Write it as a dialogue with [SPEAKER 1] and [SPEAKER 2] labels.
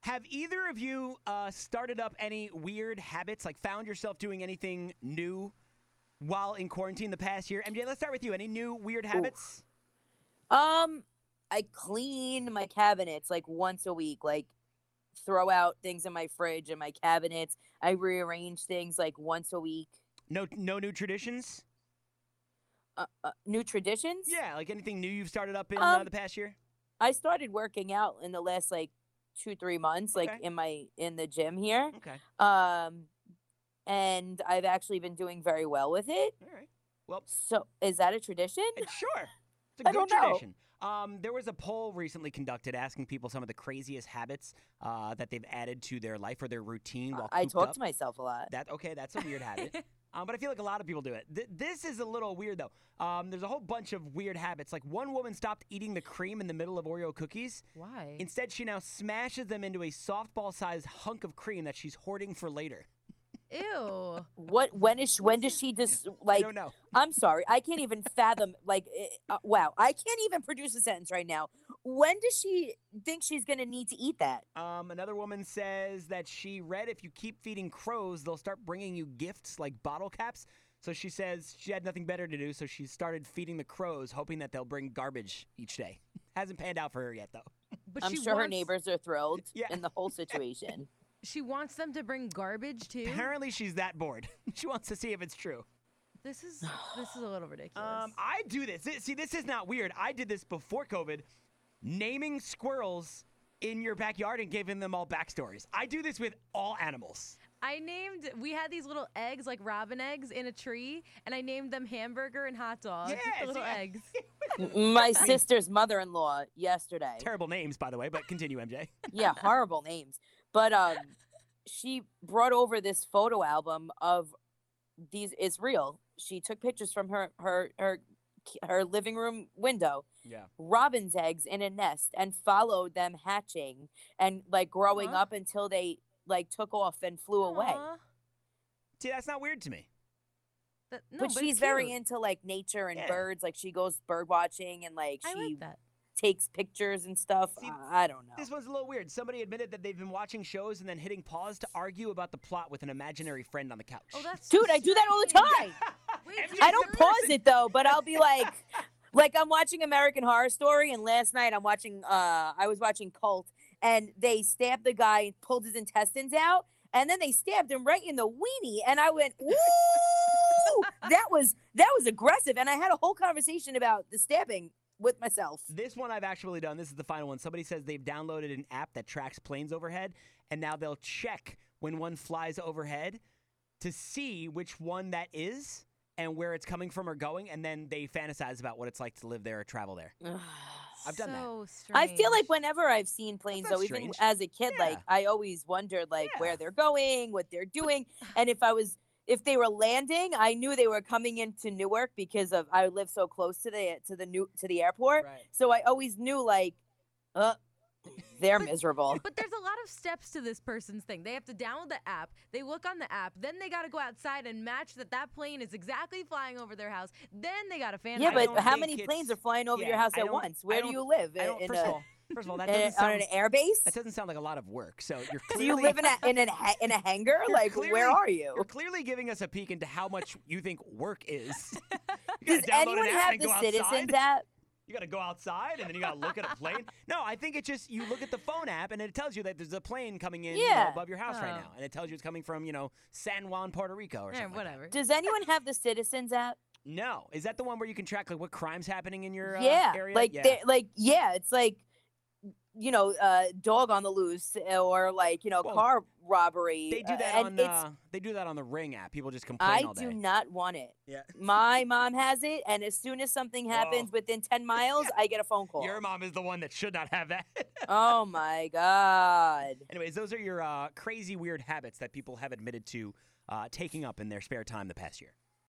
[SPEAKER 1] Have either of you uh, started up any weird habits? Like found yourself doing anything new while in quarantine the past year? MJ, let's start with you. Any new weird habits?
[SPEAKER 2] Um, I clean my cabinets like once a week. Like throw out things in my fridge and my cabinets. I rearrange things like once a week.
[SPEAKER 1] No, no new traditions.
[SPEAKER 2] Uh, uh, new traditions.
[SPEAKER 1] Yeah, like anything new you've started up in uh,
[SPEAKER 2] Um,
[SPEAKER 1] the past year?
[SPEAKER 2] I started working out in the last like two three months, like
[SPEAKER 1] Okay.
[SPEAKER 2] in my in the gym here.
[SPEAKER 1] Okay,
[SPEAKER 2] Um, and I've actually been doing very well with it.
[SPEAKER 1] all right. Well,
[SPEAKER 2] So is that a tradition?
[SPEAKER 1] It- sure. It's a
[SPEAKER 2] I
[SPEAKER 1] good
[SPEAKER 2] don't know.
[SPEAKER 1] tradition. Um, there was a poll recently conducted asking people some of the craziest habits uh, that they've added to their life or their routine while
[SPEAKER 2] I
[SPEAKER 1] cooped
[SPEAKER 2] talk
[SPEAKER 1] up.
[SPEAKER 2] to myself a lot.
[SPEAKER 1] That okay? That's a weird habit. Um, but I feel like a lot of people do it. Th- this is a little weird though. Um, there's a whole bunch of weird habits. Like one woman stopped eating the cream in the middle of Oreo cookies.
[SPEAKER 3] Why?
[SPEAKER 1] Instead, she now smashes them into a softball-sized hunk of cream that she's hoarding for later.
[SPEAKER 3] Ew.
[SPEAKER 2] What? When is? She, when does she just
[SPEAKER 1] I
[SPEAKER 2] like?
[SPEAKER 1] don't know.
[SPEAKER 2] I'm sorry, I can't even fathom. Like, it, uh, wow, I can't even produce a sentence right now. When does she think she's gonna need to eat that?
[SPEAKER 1] Um, another woman says that she read if you keep feeding crows, they'll start bringing you gifts like bottle caps. So she says she had nothing better to do, so she started feeding the crows, hoping that they'll bring garbage each day. Hasn't panned out for her yet, though.
[SPEAKER 3] But
[SPEAKER 2] I'm
[SPEAKER 3] she
[SPEAKER 2] sure her
[SPEAKER 3] wants,
[SPEAKER 2] neighbors are thrilled
[SPEAKER 1] Yeah.
[SPEAKER 2] in the whole situation.
[SPEAKER 3] She wants them to bring garbage too.
[SPEAKER 1] Apparently, she's that bored. she wants to see if it's true.
[SPEAKER 3] This is this is a little ridiculous.
[SPEAKER 1] Um, I do this. Thi- See, this is not weird. I did this before COVID, naming squirrels in your backyard and giving them all backstories. I do this with all animals.
[SPEAKER 3] I named we had these little eggs like robin eggs in a tree, and I named them hamburger and hot dog.
[SPEAKER 1] Yeah,
[SPEAKER 3] the little
[SPEAKER 1] see, I-
[SPEAKER 3] eggs.
[SPEAKER 2] My sister's mother-in-law yesterday.
[SPEAKER 1] Terrible names, by the way, but continue, MJ.
[SPEAKER 2] yeah, horrible names. But um, she brought over this photo album of these. It's real. She took pictures from her her her ki- her living room window.
[SPEAKER 1] Yeah.
[SPEAKER 2] Robin's eggs in a nest and followed them hatching and like growing
[SPEAKER 3] Aw.
[SPEAKER 2] up until they like took off and flew away.
[SPEAKER 3] Aw.
[SPEAKER 1] See, that's not weird to me.
[SPEAKER 3] That- no,
[SPEAKER 2] but,
[SPEAKER 3] it's
[SPEAKER 2] she's very
[SPEAKER 3] cute.
[SPEAKER 2] into like nature and
[SPEAKER 1] Yeah.
[SPEAKER 2] birds. Like she goes bird watching and like
[SPEAKER 3] I
[SPEAKER 2] she
[SPEAKER 3] like that.
[SPEAKER 2] takes pictures and stuff.
[SPEAKER 1] See,
[SPEAKER 2] I I don't know.
[SPEAKER 1] This one's a little weird. Somebody admitted that they've been watching shows and then hitting pause to argue about the plot with an imaginary friend on the couch.
[SPEAKER 3] Oh, that's
[SPEAKER 2] Dude, I do that all the time.
[SPEAKER 3] Wait,
[SPEAKER 1] MJ 's
[SPEAKER 2] I don't
[SPEAKER 1] the
[SPEAKER 2] pause
[SPEAKER 1] person.
[SPEAKER 2] it though, but I'll be like, like I'm watching American Horror Story, and last night I'm watching, uh, I was watching Cult, and they stabbed the guy and pulled his intestines out, and then they stabbed him right in the weenie, and I went, ooh, that was that was aggressive, and I had a whole conversation about the stabbing with myself.
[SPEAKER 1] This one I've actually done. This is the final one. Somebody says they've downloaded an app that tracks planes overhead, and now they'll check when one flies overhead to see which one that is and where it's coming from or going, and then they fantasize about what it's like to live there or travel there. I've done that.
[SPEAKER 3] so Strange.
[SPEAKER 2] I feel like whenever I've seen planes,
[SPEAKER 1] not
[SPEAKER 2] though, even
[SPEAKER 1] strange.
[SPEAKER 2] as a kid, like
[SPEAKER 1] Yeah.
[SPEAKER 2] I always wondered like
[SPEAKER 1] Yeah.
[SPEAKER 2] where they're going, what they're doing, and if I was if they were landing, I knew they were coming into Newark because of I live so close to the to the new to the airport,
[SPEAKER 1] Right.
[SPEAKER 2] so I always knew like, uh, they're miserable.
[SPEAKER 3] But there's a lot of steps to this person's thing. They have to download the app. They look on the app. Then they got to go outside and match that that plane is exactly flying over their house. Then they got to fantasize.
[SPEAKER 2] Yeah,
[SPEAKER 1] don't
[SPEAKER 2] but how
[SPEAKER 1] think
[SPEAKER 2] many planes
[SPEAKER 1] it's-
[SPEAKER 2] are flying over
[SPEAKER 1] yeah,
[SPEAKER 2] your house
[SPEAKER 1] I
[SPEAKER 2] at
[SPEAKER 1] don't-
[SPEAKER 2] once?
[SPEAKER 1] I
[SPEAKER 2] Where
[SPEAKER 1] don't-
[SPEAKER 2] do you live?
[SPEAKER 1] I don't,
[SPEAKER 2] in
[SPEAKER 1] first,
[SPEAKER 2] a,
[SPEAKER 1] of all, first of all, that
[SPEAKER 2] in a-
[SPEAKER 1] doesn't,
[SPEAKER 2] on an
[SPEAKER 1] sound,
[SPEAKER 2] airbase?
[SPEAKER 1] that doesn't sound like a lot of work. So you're
[SPEAKER 2] Do
[SPEAKER 1] clearly
[SPEAKER 2] you live in a in an ha- in a hangar?
[SPEAKER 1] You're
[SPEAKER 2] Like, where
[SPEAKER 1] clearly-
[SPEAKER 2] are you?
[SPEAKER 1] You're clearly giving us a peek into how much you think work is. You gotta
[SPEAKER 2] Does
[SPEAKER 1] download an
[SPEAKER 2] anyone
[SPEAKER 1] app
[SPEAKER 2] have
[SPEAKER 1] and
[SPEAKER 2] the
[SPEAKER 1] go
[SPEAKER 2] Citizens
[SPEAKER 1] outside?
[SPEAKER 2] app?
[SPEAKER 1] You got to go outside and then you got to look at a plane. No, I think it's just you look at the phone app and it tells you that there's a plane coming in you know,
[SPEAKER 2] Yeah.
[SPEAKER 1] above your house right
[SPEAKER 3] Oh.
[SPEAKER 1] now, and it tells you it's coming from you know San Juan, Puerto Rico, or
[SPEAKER 3] Eh,
[SPEAKER 1] something. like that.
[SPEAKER 3] whatever.
[SPEAKER 2] Does anyone have the Citizens app?
[SPEAKER 1] No, is that the one where you can track like what crimes happening in your uh,
[SPEAKER 2] yeah,
[SPEAKER 1] area?
[SPEAKER 2] like
[SPEAKER 1] yeah.
[SPEAKER 2] they're like yeah, it's like you know, uh, dog on the loose eh, or like you know,
[SPEAKER 1] Well,
[SPEAKER 2] car robbery.
[SPEAKER 1] They do
[SPEAKER 2] uh,
[SPEAKER 1] that
[SPEAKER 2] and
[SPEAKER 1] on
[SPEAKER 2] it's.
[SPEAKER 1] uh, they do that on the Ring app. People just complain
[SPEAKER 2] I
[SPEAKER 1] all day.
[SPEAKER 2] do not want it.
[SPEAKER 1] Yeah.
[SPEAKER 2] My mom has it, and as soon as something happens within ten miles, I get a phone call.
[SPEAKER 1] Your mom is the one that should not have that.
[SPEAKER 2] oh my god!
[SPEAKER 1] Anyways, those are your uh, crazy weird habits that people have admitted to uh, taking up in their spare time the past year.